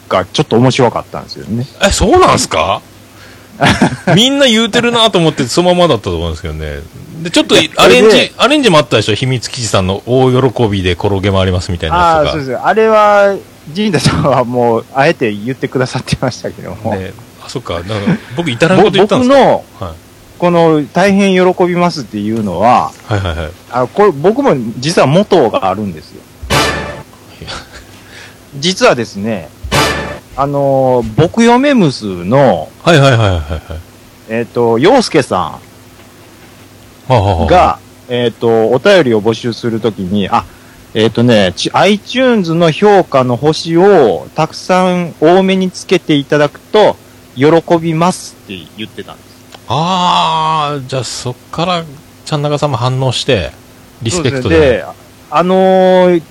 [SPEAKER 2] が、ちょっと面白かったんですよね。
[SPEAKER 1] え、そうなんすか みんな言うてるなと思って、そのままだったと思うんですけどね。で、ちょっと
[SPEAKER 2] いや
[SPEAKER 1] アレン
[SPEAKER 2] それ
[SPEAKER 1] ジ、アレンジもあったでしょ秘密記事さんの大喜びで転げ回りますみたいな
[SPEAKER 2] ああ、
[SPEAKER 1] や
[SPEAKER 2] そうで
[SPEAKER 1] つ
[SPEAKER 2] す。あれは、陣田さんはもう、あえて言ってくださってましたけども。
[SPEAKER 1] が。ね、あ、そっか。なんか僕、至らんこ
[SPEAKER 2] ぼ
[SPEAKER 1] と言っ
[SPEAKER 2] 僕
[SPEAKER 1] たんですか
[SPEAKER 2] の、
[SPEAKER 1] はい
[SPEAKER 2] この、大変喜びますっていうのは、
[SPEAKER 1] はいはいはい。
[SPEAKER 2] あこれ僕も実は元があるんですよ
[SPEAKER 1] いや。
[SPEAKER 2] 実はですね、あのー、僕嫁むすの、
[SPEAKER 1] はいはいはいはいはい。
[SPEAKER 2] えっ、と、洋介さ
[SPEAKER 1] はあはあは
[SPEAKER 2] ん
[SPEAKER 1] あ、
[SPEAKER 2] が、えっ、と、お便りを募集するときに、あ、えっ、とね、ち iTunes の評価の星をたくさん多めにつけていただくと、喜びますって言ってたんです。
[SPEAKER 1] あー、じゃあそっから、ちゃんなかさんも反応して、リスペクト
[SPEAKER 2] そう
[SPEAKER 1] で。
[SPEAKER 2] ですねであのー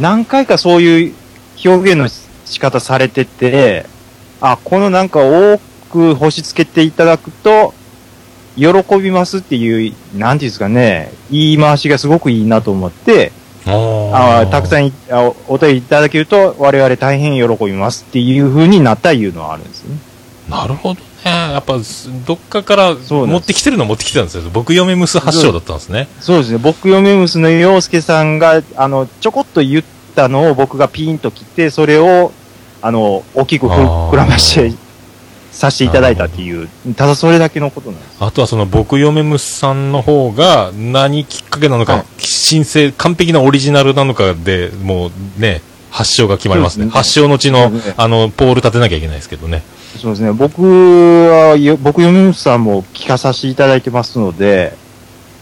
[SPEAKER 2] 何回かそういう表現の仕方されてて、あ、このなんか多く星つけていただくと、喜びますっていう、なんていうんですかね、言い回しがすごくいいなと思って、あ
[SPEAKER 1] あ
[SPEAKER 2] ーたくさ
[SPEAKER 1] ん。
[SPEAKER 2] んいあおお便りいただけると、我々大変喜びますっていう風になったいうのはあるんですね。
[SPEAKER 1] なるほどね。やっぱ、すどっかから
[SPEAKER 2] そうなん
[SPEAKER 1] 持
[SPEAKER 2] です
[SPEAKER 1] ってきてるのは持ってきてたんですよ。僕、嫁むす発祥だったんですね。
[SPEAKER 2] そうですね、僕嫁娘の洋介さんが、あの、ちょこっと言ったのを僕がピンと切って、それを、あの、大きくふ
[SPEAKER 1] あー
[SPEAKER 2] 膨らまして、させていただいたっていう、ただそれだけのことなんです。
[SPEAKER 1] あとはその僕嫁むさんの方が何きっかけなのか、
[SPEAKER 2] はい
[SPEAKER 1] 申請、完璧なオリジナルなのかで、もうね、発祥が決まりますね。
[SPEAKER 2] そうですね
[SPEAKER 1] 発祥のちの、
[SPEAKER 2] そうですね
[SPEAKER 1] あの、ポール立てなきゃいけないですけどね。
[SPEAKER 2] そうですね、僕は、よ僕嫁娘さんも聞かさせていただいてますので、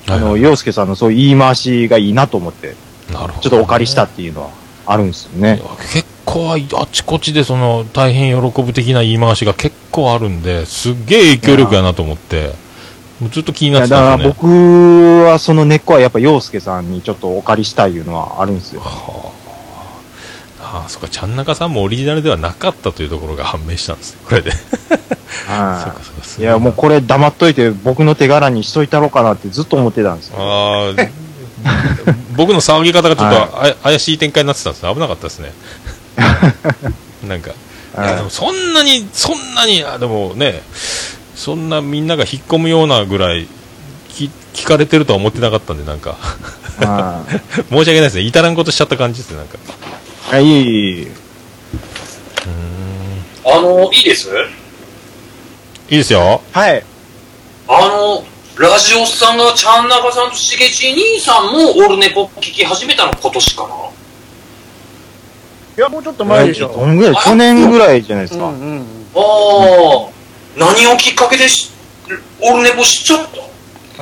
[SPEAKER 2] あ
[SPEAKER 1] はい
[SPEAKER 2] の、
[SPEAKER 1] はい
[SPEAKER 2] 洋介さんのそういう言い回しがいいなと思って、
[SPEAKER 1] なるほど
[SPEAKER 2] ちょっとお借りしたっていうのはあるんですよね。
[SPEAKER 1] 結構ああちこちでその大変喜ぶ的な言い回しが結構あるんで、すっげえ影響力やなと思って、もうずっと気に
[SPEAKER 2] い
[SPEAKER 1] なっ
[SPEAKER 2] や
[SPEAKER 1] て
[SPEAKER 2] だ
[SPEAKER 1] た
[SPEAKER 2] か
[SPEAKER 1] ん
[SPEAKER 2] ら
[SPEAKER 1] ですよね。
[SPEAKER 2] 僕はその根っこはやっぱ洋介さんにちょっとお借りしたいうのはあるんですよ。
[SPEAKER 1] はあ、ああ、そっか、ちゃんなかさんもオリジナルではなかったというところが判明したんですね、こ れで。
[SPEAKER 2] はい
[SPEAKER 1] そっかそっかす
[SPEAKER 2] い
[SPEAKER 1] ご
[SPEAKER 2] や、
[SPEAKER 1] な
[SPEAKER 2] もうこれ黙っといて僕の手柄にしといたろうかなってずっと思ってたんですよ。
[SPEAKER 1] ああ、僕の騒ぎ方がちょっとあや怪しい展開になってたんですね。危なかったですね。なんか、いやでもそんなに、そんなに、あでもね、そんなみんなが引っ込むようなぐらい聞聞かれてるとは思ってなかったんで、なんか、
[SPEAKER 2] はい
[SPEAKER 1] 申し訳ないですね。至らんことしちゃった感じですね、なんか。
[SPEAKER 2] いやいえいえいえ
[SPEAKER 4] あのいいです
[SPEAKER 1] いいですよ。
[SPEAKER 2] はい。
[SPEAKER 4] あのラジオさんがちゃんなかさんとしげち兄さんもオルネポ聞き始めたの今年かない
[SPEAKER 3] や、もうちょっと前でし
[SPEAKER 2] ど
[SPEAKER 3] ょ。
[SPEAKER 2] んぐらい去年ぐらいじゃないで
[SPEAKER 3] う
[SPEAKER 2] すか。
[SPEAKER 3] んうんうん。
[SPEAKER 4] ああ、何をきっかけでしオルネポ知っちゃった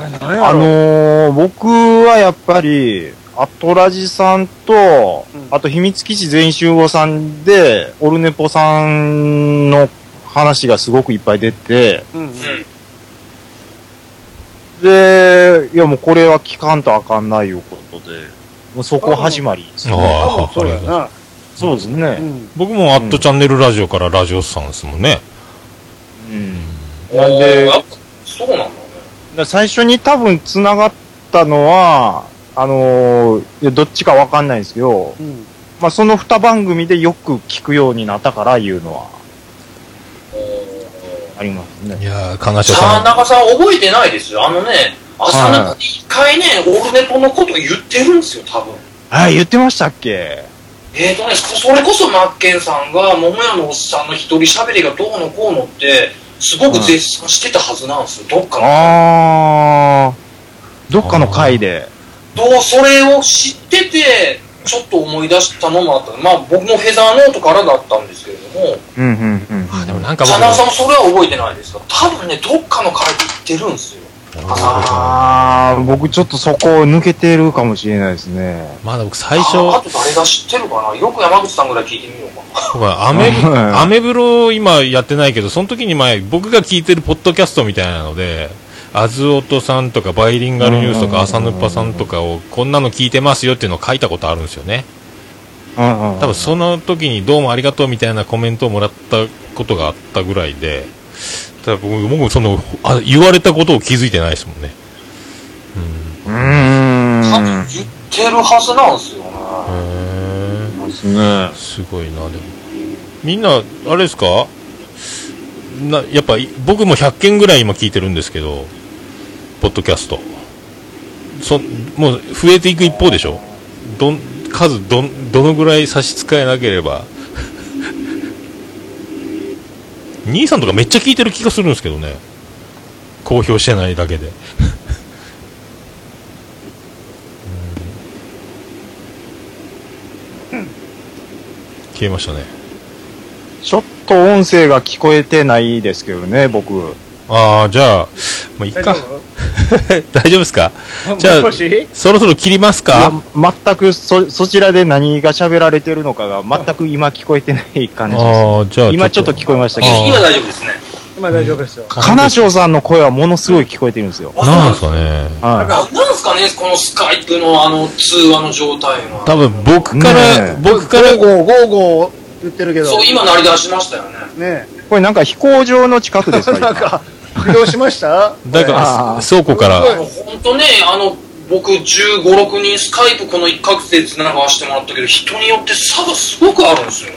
[SPEAKER 2] あのー、僕はやっぱり、アトラジさんと、
[SPEAKER 4] うん
[SPEAKER 2] あと秘密基地全員集合さんで、オルネポさんの話がすごくいっぱい出て、
[SPEAKER 3] うん
[SPEAKER 2] で、いやもうこれは聞かんとあかんないいうことで、もうそこ始まりですね、
[SPEAKER 1] ああ
[SPEAKER 3] 多分そうやな。
[SPEAKER 2] そうです
[SPEAKER 3] う
[SPEAKER 2] ね。
[SPEAKER 3] ん。
[SPEAKER 1] 僕もアットチャンネルラジオからラジオさんですもんね。
[SPEAKER 2] うん。なんで、
[SPEAKER 4] おーやっぱそうなんだね
[SPEAKER 2] だ最初に多分繋がったのは、あのーいやどっちかわかんないですけど、
[SPEAKER 3] うん。
[SPEAKER 2] まあ、その二番組でよく聞くようになったからいうのはあります
[SPEAKER 1] い
[SPEAKER 2] ね。
[SPEAKER 1] やー、金
[SPEAKER 4] じ
[SPEAKER 1] 城
[SPEAKER 4] ゃ
[SPEAKER 1] さ
[SPEAKER 4] あ
[SPEAKER 1] ん。
[SPEAKER 4] 中さん覚えてないですよあのね朝中で一回ねオルネポのこと言ってるんですよ多分
[SPEAKER 2] あ、言ってましたっけ
[SPEAKER 4] えーとね、それこそマッケンさんが桃屋のおっさんの一人喋りがどうのこうのってすごく絶賛してたはずなんですよ、どっかの
[SPEAKER 2] あー、どっかの回で。
[SPEAKER 4] どうそれを知っててちょっと思い出したのもあったまあ僕もフェザーノートからだったんですけれども
[SPEAKER 2] うんうんうん。
[SPEAKER 1] あでもなんか
[SPEAKER 4] 佐
[SPEAKER 1] 僕
[SPEAKER 4] 々さんもそれは覚えてないですか多分ねどっかの会で言ってるんですよ
[SPEAKER 2] あー、僕ちょっとそこを抜けてるかもしれないですね。
[SPEAKER 1] まだ僕最初、
[SPEAKER 4] ああと誰が知ってるかなよく山口さんぐらい聞いてみようかな
[SPEAKER 1] 僕はアメブ、
[SPEAKER 2] うん
[SPEAKER 1] アメブロ今やってないけど、その時に前、僕が聞いてるポッドキャストみたいなので、アズオトさんとかバイリンガルニュースとか、朝ヌッパさんとかを、こんなの聞いてますよっていうのを書いたことあるんですよね。
[SPEAKER 2] うんうん。
[SPEAKER 1] 多分その時にどうもありがとうみたいなコメントをもらったことがあったぐらいで、ただ僕、僕もその、あ言われたことを気づいてないですもんね。
[SPEAKER 2] うー
[SPEAKER 4] 多
[SPEAKER 2] ん。
[SPEAKER 4] 分言ってるはずなんですよね
[SPEAKER 1] うん。へー
[SPEAKER 2] ですね。
[SPEAKER 1] すごいな、でも。みんな、あれですかな、やっぱ、い僕も100件ぐらい今聞いてるんですけど、ポッドキャスト。そ、もう増えていく一方でしょどん、数、どん、どのぐらい差し支えなければ。 兄さんとかめっちゃ聞いてる気がするんですけどね。公表してないだけで。消えましたね。
[SPEAKER 2] ちょっと音声が聞こえてないですけどね、僕。
[SPEAKER 1] ああ、じゃあ、まあ、いっ
[SPEAKER 3] 大
[SPEAKER 1] か
[SPEAKER 3] 丈。夫
[SPEAKER 1] 大丈夫ですかじゃあ
[SPEAKER 3] もし
[SPEAKER 1] そろそろ切りますか
[SPEAKER 2] いや全くそ、そちらで何が喋られてるのかが全く今聞こえてない感じで
[SPEAKER 1] ああ、じゃあ。
[SPEAKER 2] す。今ちょっと聞こえましたけ
[SPEAKER 1] あー
[SPEAKER 2] ど、
[SPEAKER 4] 今大丈夫ですね
[SPEAKER 3] 今大丈夫ですよ。
[SPEAKER 2] 金城さんの声はものすごい聞こえてるんですよ。
[SPEAKER 4] あ
[SPEAKER 1] なんですかね。
[SPEAKER 2] は
[SPEAKER 4] なんですかねこのスカイプのあの通話の状態は
[SPEAKER 1] 多分僕から、
[SPEAKER 2] ねえ
[SPEAKER 1] 僕から、
[SPEAKER 3] ゴーゴーゴーゴー言ってるけど。
[SPEAKER 4] そう今鳴り出しましたよね
[SPEAKER 3] ね
[SPEAKER 2] い。これなんか飛行場の近くですか
[SPEAKER 3] なん
[SPEAKER 2] 今
[SPEAKER 3] か、利用しました
[SPEAKER 1] だか
[SPEAKER 2] あ
[SPEAKER 1] ら
[SPEAKER 2] あ
[SPEAKER 1] 倉庫から、
[SPEAKER 3] すごい
[SPEAKER 4] 本当ねあの僕1 5六6人スカイプこの一角でつながしてもらったけど人によって差がすごくあるんですよね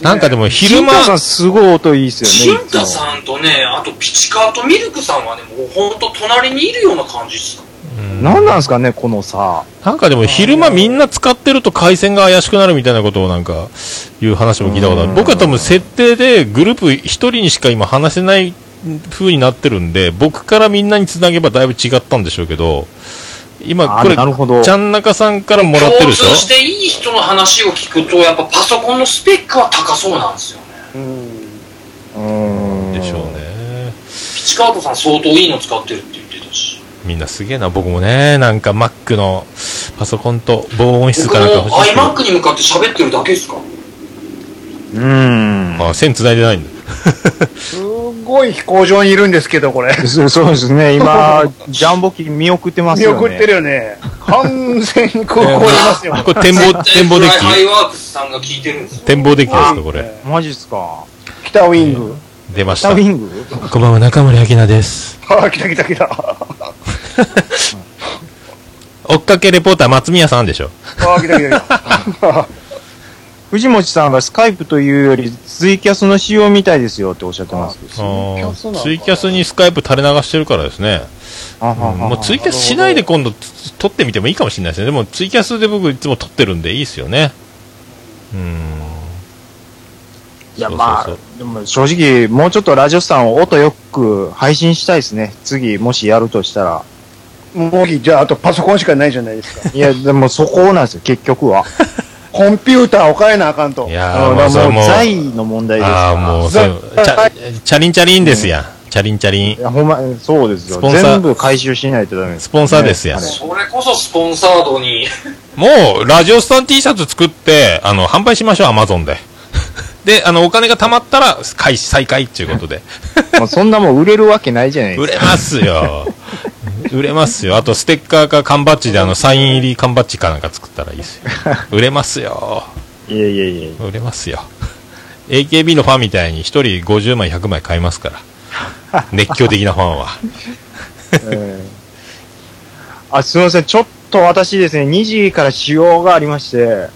[SPEAKER 1] なんかでも昼間
[SPEAKER 2] 金、太さんすごい音いいです
[SPEAKER 4] チ
[SPEAKER 2] よね。
[SPEAKER 4] ンタさんとねあとピチカートミルクさんはねもう本当隣にいるような感じですか
[SPEAKER 1] うん
[SPEAKER 2] 何なんですかね、このさ。
[SPEAKER 1] なんかでも昼間みんな使ってると回線が怪しくなるみたいなことをなんか、いう話も聞いたことあ
[SPEAKER 2] う
[SPEAKER 1] る。
[SPEAKER 2] ん
[SPEAKER 1] 僕は多分設定でグループ一人にしか今話せない風になってるんで、僕からみんなにつなげばだいぶ違ったんでしょうけど、今
[SPEAKER 2] あ
[SPEAKER 1] こ
[SPEAKER 2] ー
[SPEAKER 1] れ、
[SPEAKER 2] なるほど
[SPEAKER 1] ち。ゃんなかさんからもらってるで
[SPEAKER 4] 共
[SPEAKER 1] しょ
[SPEAKER 4] 通していい人の話を聞くとやっぱパソコンのスペックは高そうなんですよね
[SPEAKER 3] うん。
[SPEAKER 2] うん
[SPEAKER 1] でしょう。ね。
[SPEAKER 4] ピチカートさん相当いいの使ってるって言ってたし
[SPEAKER 1] みんなすげえな、僕もね、なんか Mac のパソコンと防音室
[SPEAKER 4] 僕
[SPEAKER 1] かなんか欲
[SPEAKER 4] も
[SPEAKER 1] しいですけど
[SPEAKER 4] iMac に向かって喋ってるだけですか
[SPEAKER 2] うん。
[SPEAKER 1] あ、線繋いでないんだ。
[SPEAKER 3] すごい飛行場にいるんですけど、これ。
[SPEAKER 2] そうそうですね、今、ジャンボ機見送ってます
[SPEAKER 3] 見
[SPEAKER 2] よね。
[SPEAKER 3] 送ってるよね。完全にこう、こういますよ。
[SPEAKER 1] これ展望、展望デッ
[SPEAKER 4] 絶対フライ
[SPEAKER 1] キ
[SPEAKER 4] ハイワークスさんが聞いてるんですよ
[SPEAKER 1] 展望デッキですか、これ。
[SPEAKER 2] マジっすか。
[SPEAKER 3] 北ウィング。
[SPEAKER 1] 出まし
[SPEAKER 2] 下
[SPEAKER 1] た
[SPEAKER 2] ウ。ィング
[SPEAKER 1] こんばんは、中森明菜です。
[SPEAKER 3] ああ、来た来た来た。あ
[SPEAKER 1] 追っかけレポーター、松宮さんでしょ。
[SPEAKER 3] あ、来た来た来た。
[SPEAKER 2] 藤本さんがスカイプというよりツイキャスの仕様みたいですよっておっしゃってますけ
[SPEAKER 1] あ
[SPEAKER 2] ど。
[SPEAKER 1] ーツイキャスにスカイプ垂れ流してるからですね。
[SPEAKER 2] あ
[SPEAKER 1] うんもうツイキャスしないで今度つ撮ってみてもいいかもしれないですね。でもツイキャスで僕いつも撮ってるんでいいですよね。うん。
[SPEAKER 2] いや、
[SPEAKER 1] そうそうそう
[SPEAKER 2] まあ、でも正直、もうちょっとラジオさんを音よく配信したいですね。次、もしやるとしたら。
[SPEAKER 3] もうじゃあ、あとパソコンしかないじゃないですか。
[SPEAKER 2] いや、でもそこなんですよ、結局は。
[SPEAKER 3] コンピューターを変えなあかんと。
[SPEAKER 1] いやー、
[SPEAKER 2] あ の
[SPEAKER 1] まあそれは
[SPEAKER 2] も
[SPEAKER 1] も
[SPEAKER 2] う、
[SPEAKER 1] う。
[SPEAKER 2] 財の問題です
[SPEAKER 1] ああ、
[SPEAKER 2] か
[SPEAKER 1] もう、
[SPEAKER 3] ざ
[SPEAKER 1] そうチャチャリンチャリンですやん。チャリンチャリン
[SPEAKER 2] い。や、ほんま、そうですよ
[SPEAKER 1] ス。ポンサー
[SPEAKER 2] 全部回収しないとダメです。
[SPEAKER 1] スポンサーですやん
[SPEAKER 2] ね
[SPEAKER 4] それこそスポンサードに、
[SPEAKER 1] もう、ラジオスタン T シャツ作って、あの、販売しましょう、アマゾンで。 で、あの、お金が貯まったら、開始、再開っていうことで。
[SPEAKER 2] あれもうそんなもん売れるわけないじゃないです
[SPEAKER 1] 売
[SPEAKER 2] か。
[SPEAKER 1] れますよ。売れますよ。あと、ステッカーか缶バッジで、あの、サイン入り缶バッジかなんか作ったらいいですよ。売れますよ。
[SPEAKER 2] いやいやいや
[SPEAKER 1] 売れますよ。AKB のファンみたいに、一人50枚、100枚買いますから。熱狂的なファンは。
[SPEAKER 2] えーあ、すみません。ちょっと私ですね、2時から使用がありま して、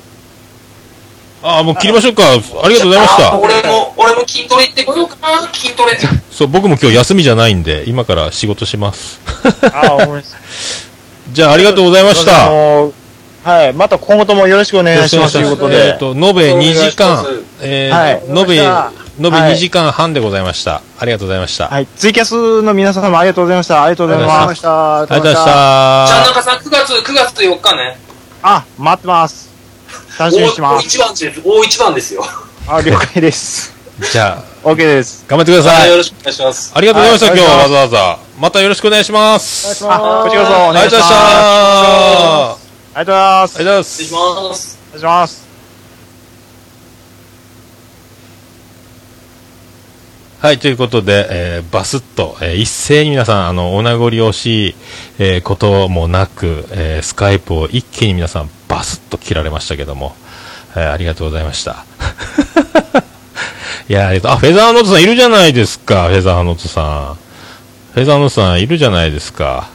[SPEAKER 1] ああ、もう切りましょうか。ありがとうございまし
[SPEAKER 4] あ
[SPEAKER 1] た。
[SPEAKER 4] 俺も、俺も筋トレ行ってこようかな、筋トレ。
[SPEAKER 1] そう、僕も今日休みじゃないんで、今から仕事します。
[SPEAKER 2] あ、おめ
[SPEAKER 1] じゃあ、ありがとうございました。
[SPEAKER 2] はい、また今後ともよろしくお願いしますと
[SPEAKER 1] よ
[SPEAKER 2] い
[SPEAKER 1] ろ
[SPEAKER 2] う
[SPEAKER 1] し
[SPEAKER 2] こ
[SPEAKER 1] くお
[SPEAKER 2] と
[SPEAKER 1] 願いしますえっ、
[SPEAKER 2] で。
[SPEAKER 1] と、延べ2時間
[SPEAKER 4] お願いし、
[SPEAKER 1] え
[SPEAKER 2] はい
[SPEAKER 1] ー、延べ、
[SPEAKER 3] わか
[SPEAKER 1] 延べ
[SPEAKER 2] はい
[SPEAKER 1] 2時間半でございました。ありがとうございました。
[SPEAKER 2] はい、ツイキャスの皆様ありがとうございました。ありがとうござい
[SPEAKER 1] ありがとうござい
[SPEAKER 2] ま。
[SPEAKER 1] ます
[SPEAKER 3] た。あ
[SPEAKER 1] ありがとうございまし
[SPEAKER 4] ちゃん
[SPEAKER 1] た
[SPEAKER 4] な。かさん、9月、9月4日ね。
[SPEAKER 2] あ、待って ます。楽しみにしてま
[SPEAKER 4] 大
[SPEAKER 2] す。
[SPEAKER 4] 一番です。大一番ですよ。
[SPEAKER 2] あ、了解です。
[SPEAKER 1] じゃあ、
[SPEAKER 2] OK です。
[SPEAKER 1] 頑張ってくださ
[SPEAKER 4] はい、よ
[SPEAKER 1] い。
[SPEAKER 4] ろしくお願いします。
[SPEAKER 1] ありがとうございました、
[SPEAKER 2] はい
[SPEAKER 1] 今日はわざわざ。またよろしくお願いします。
[SPEAKER 2] あ、こちらこそお
[SPEAKER 1] あり
[SPEAKER 2] 願
[SPEAKER 1] が
[SPEAKER 2] いし
[SPEAKER 1] とうございまし
[SPEAKER 2] ます。
[SPEAKER 1] た。
[SPEAKER 2] あ
[SPEAKER 1] あ
[SPEAKER 2] りがとうございます。
[SPEAKER 1] りがとうございま
[SPEAKER 4] 失礼
[SPEAKER 1] す
[SPEAKER 4] し。ます。
[SPEAKER 2] お願いします。
[SPEAKER 1] はい、ということで、えーバスッと、えー一斉に皆さん、あの、お名残惜しい、えーこともなく、えースカイプを一気に皆さん、バスッと切られましたけども、えーありがとうございました。 いやー、ありがとう。あ、フェザーノートさんいるじゃないですか、フェザーノートさん。フェザーノートさんいるじゃないですか。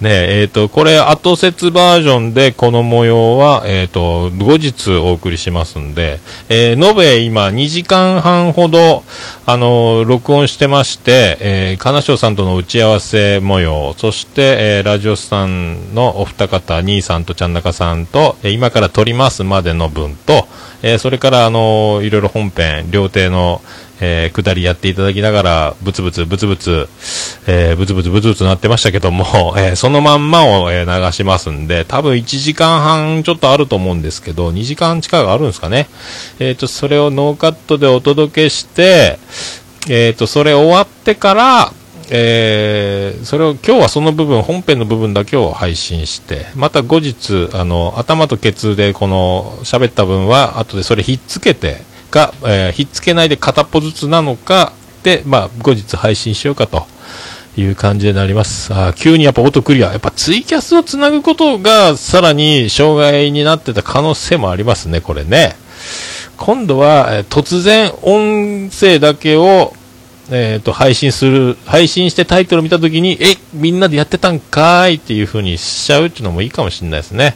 [SPEAKER 1] ねえ、えっ、と、これ、後説バージョンで、この模様は、えっ、と、後日お送りしますんで、えー、延べ今、2時間半ほど、あのー録音してまして、えー、金賞さんとの打ち合わせ模様、そして、えーラジオスさんのお二方、兄さんとちゃんなかさんと、えー今から撮りますまでの分と、えーそれから、あのーいろいろ本編、料亭の、えー下りやっていただきながら、ブツブツ、ブツブツ、えー、ブツブツブツブツなってましたけども、 えーそのまんまを、えー流しますんで、多分1時間半ちょっとあると思うんですけど、2時間近くあるんですかね。えっ、と、それをノーカットでお届けして、えっ、と、それ終わってから、えーそれを今日はその部分、本編の部分だけを配信して、また後日、あの、頭とケツでこの喋った分は、後でそれひっつけて、か、えーひっつけないで片っぽずつなのか、で、まあ、後日配信しようかという感じになります。あー急にやっぱオートクリア。やっぱツイキャスをつなぐことがさらに障害になってた可能性もありますね、これね。今度は、えー突然音声だけを、えっ、と、配信する、配信してタイトル見たときに、え、みんなでやってたんかーいっていう風にしちゃうっていうのもいいかもしれないですね。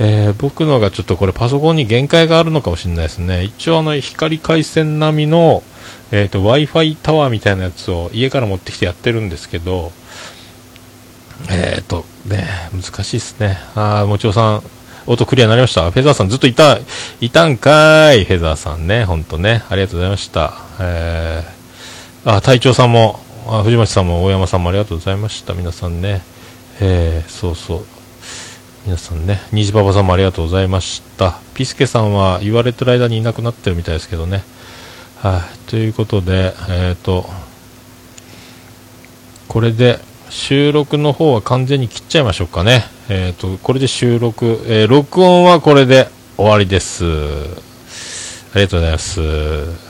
[SPEAKER 1] えー僕のがちょっとこれパソコンに限界があるのかもしれないですね。一応あの、光回線並みの、えっ、と、Wi-Fi タワーみたいなやつを家から持ってきてやってるんですけど、えっ、と、ね、難しいですね。あー、もちおさん、オートクリアになりました。フェザーさんずっといた、いたんかーい、フェザーさんね。ほんとね。ありがとうございました。えー、あ、隊長さんも、あ藤町さんも大山さんもありがとうございました。皆さんね。えー、そうそう。皆さんね、虹パパさんもありがとうございました。ピスケさんは言われてる間にいなくなってるみたいですけどね。はい、ということで、えっ、と、これで収録の方は完全に切っちゃいましょうかね。えっ、と、これで収録、えー録音はこれで終わりです。ありがとうございます。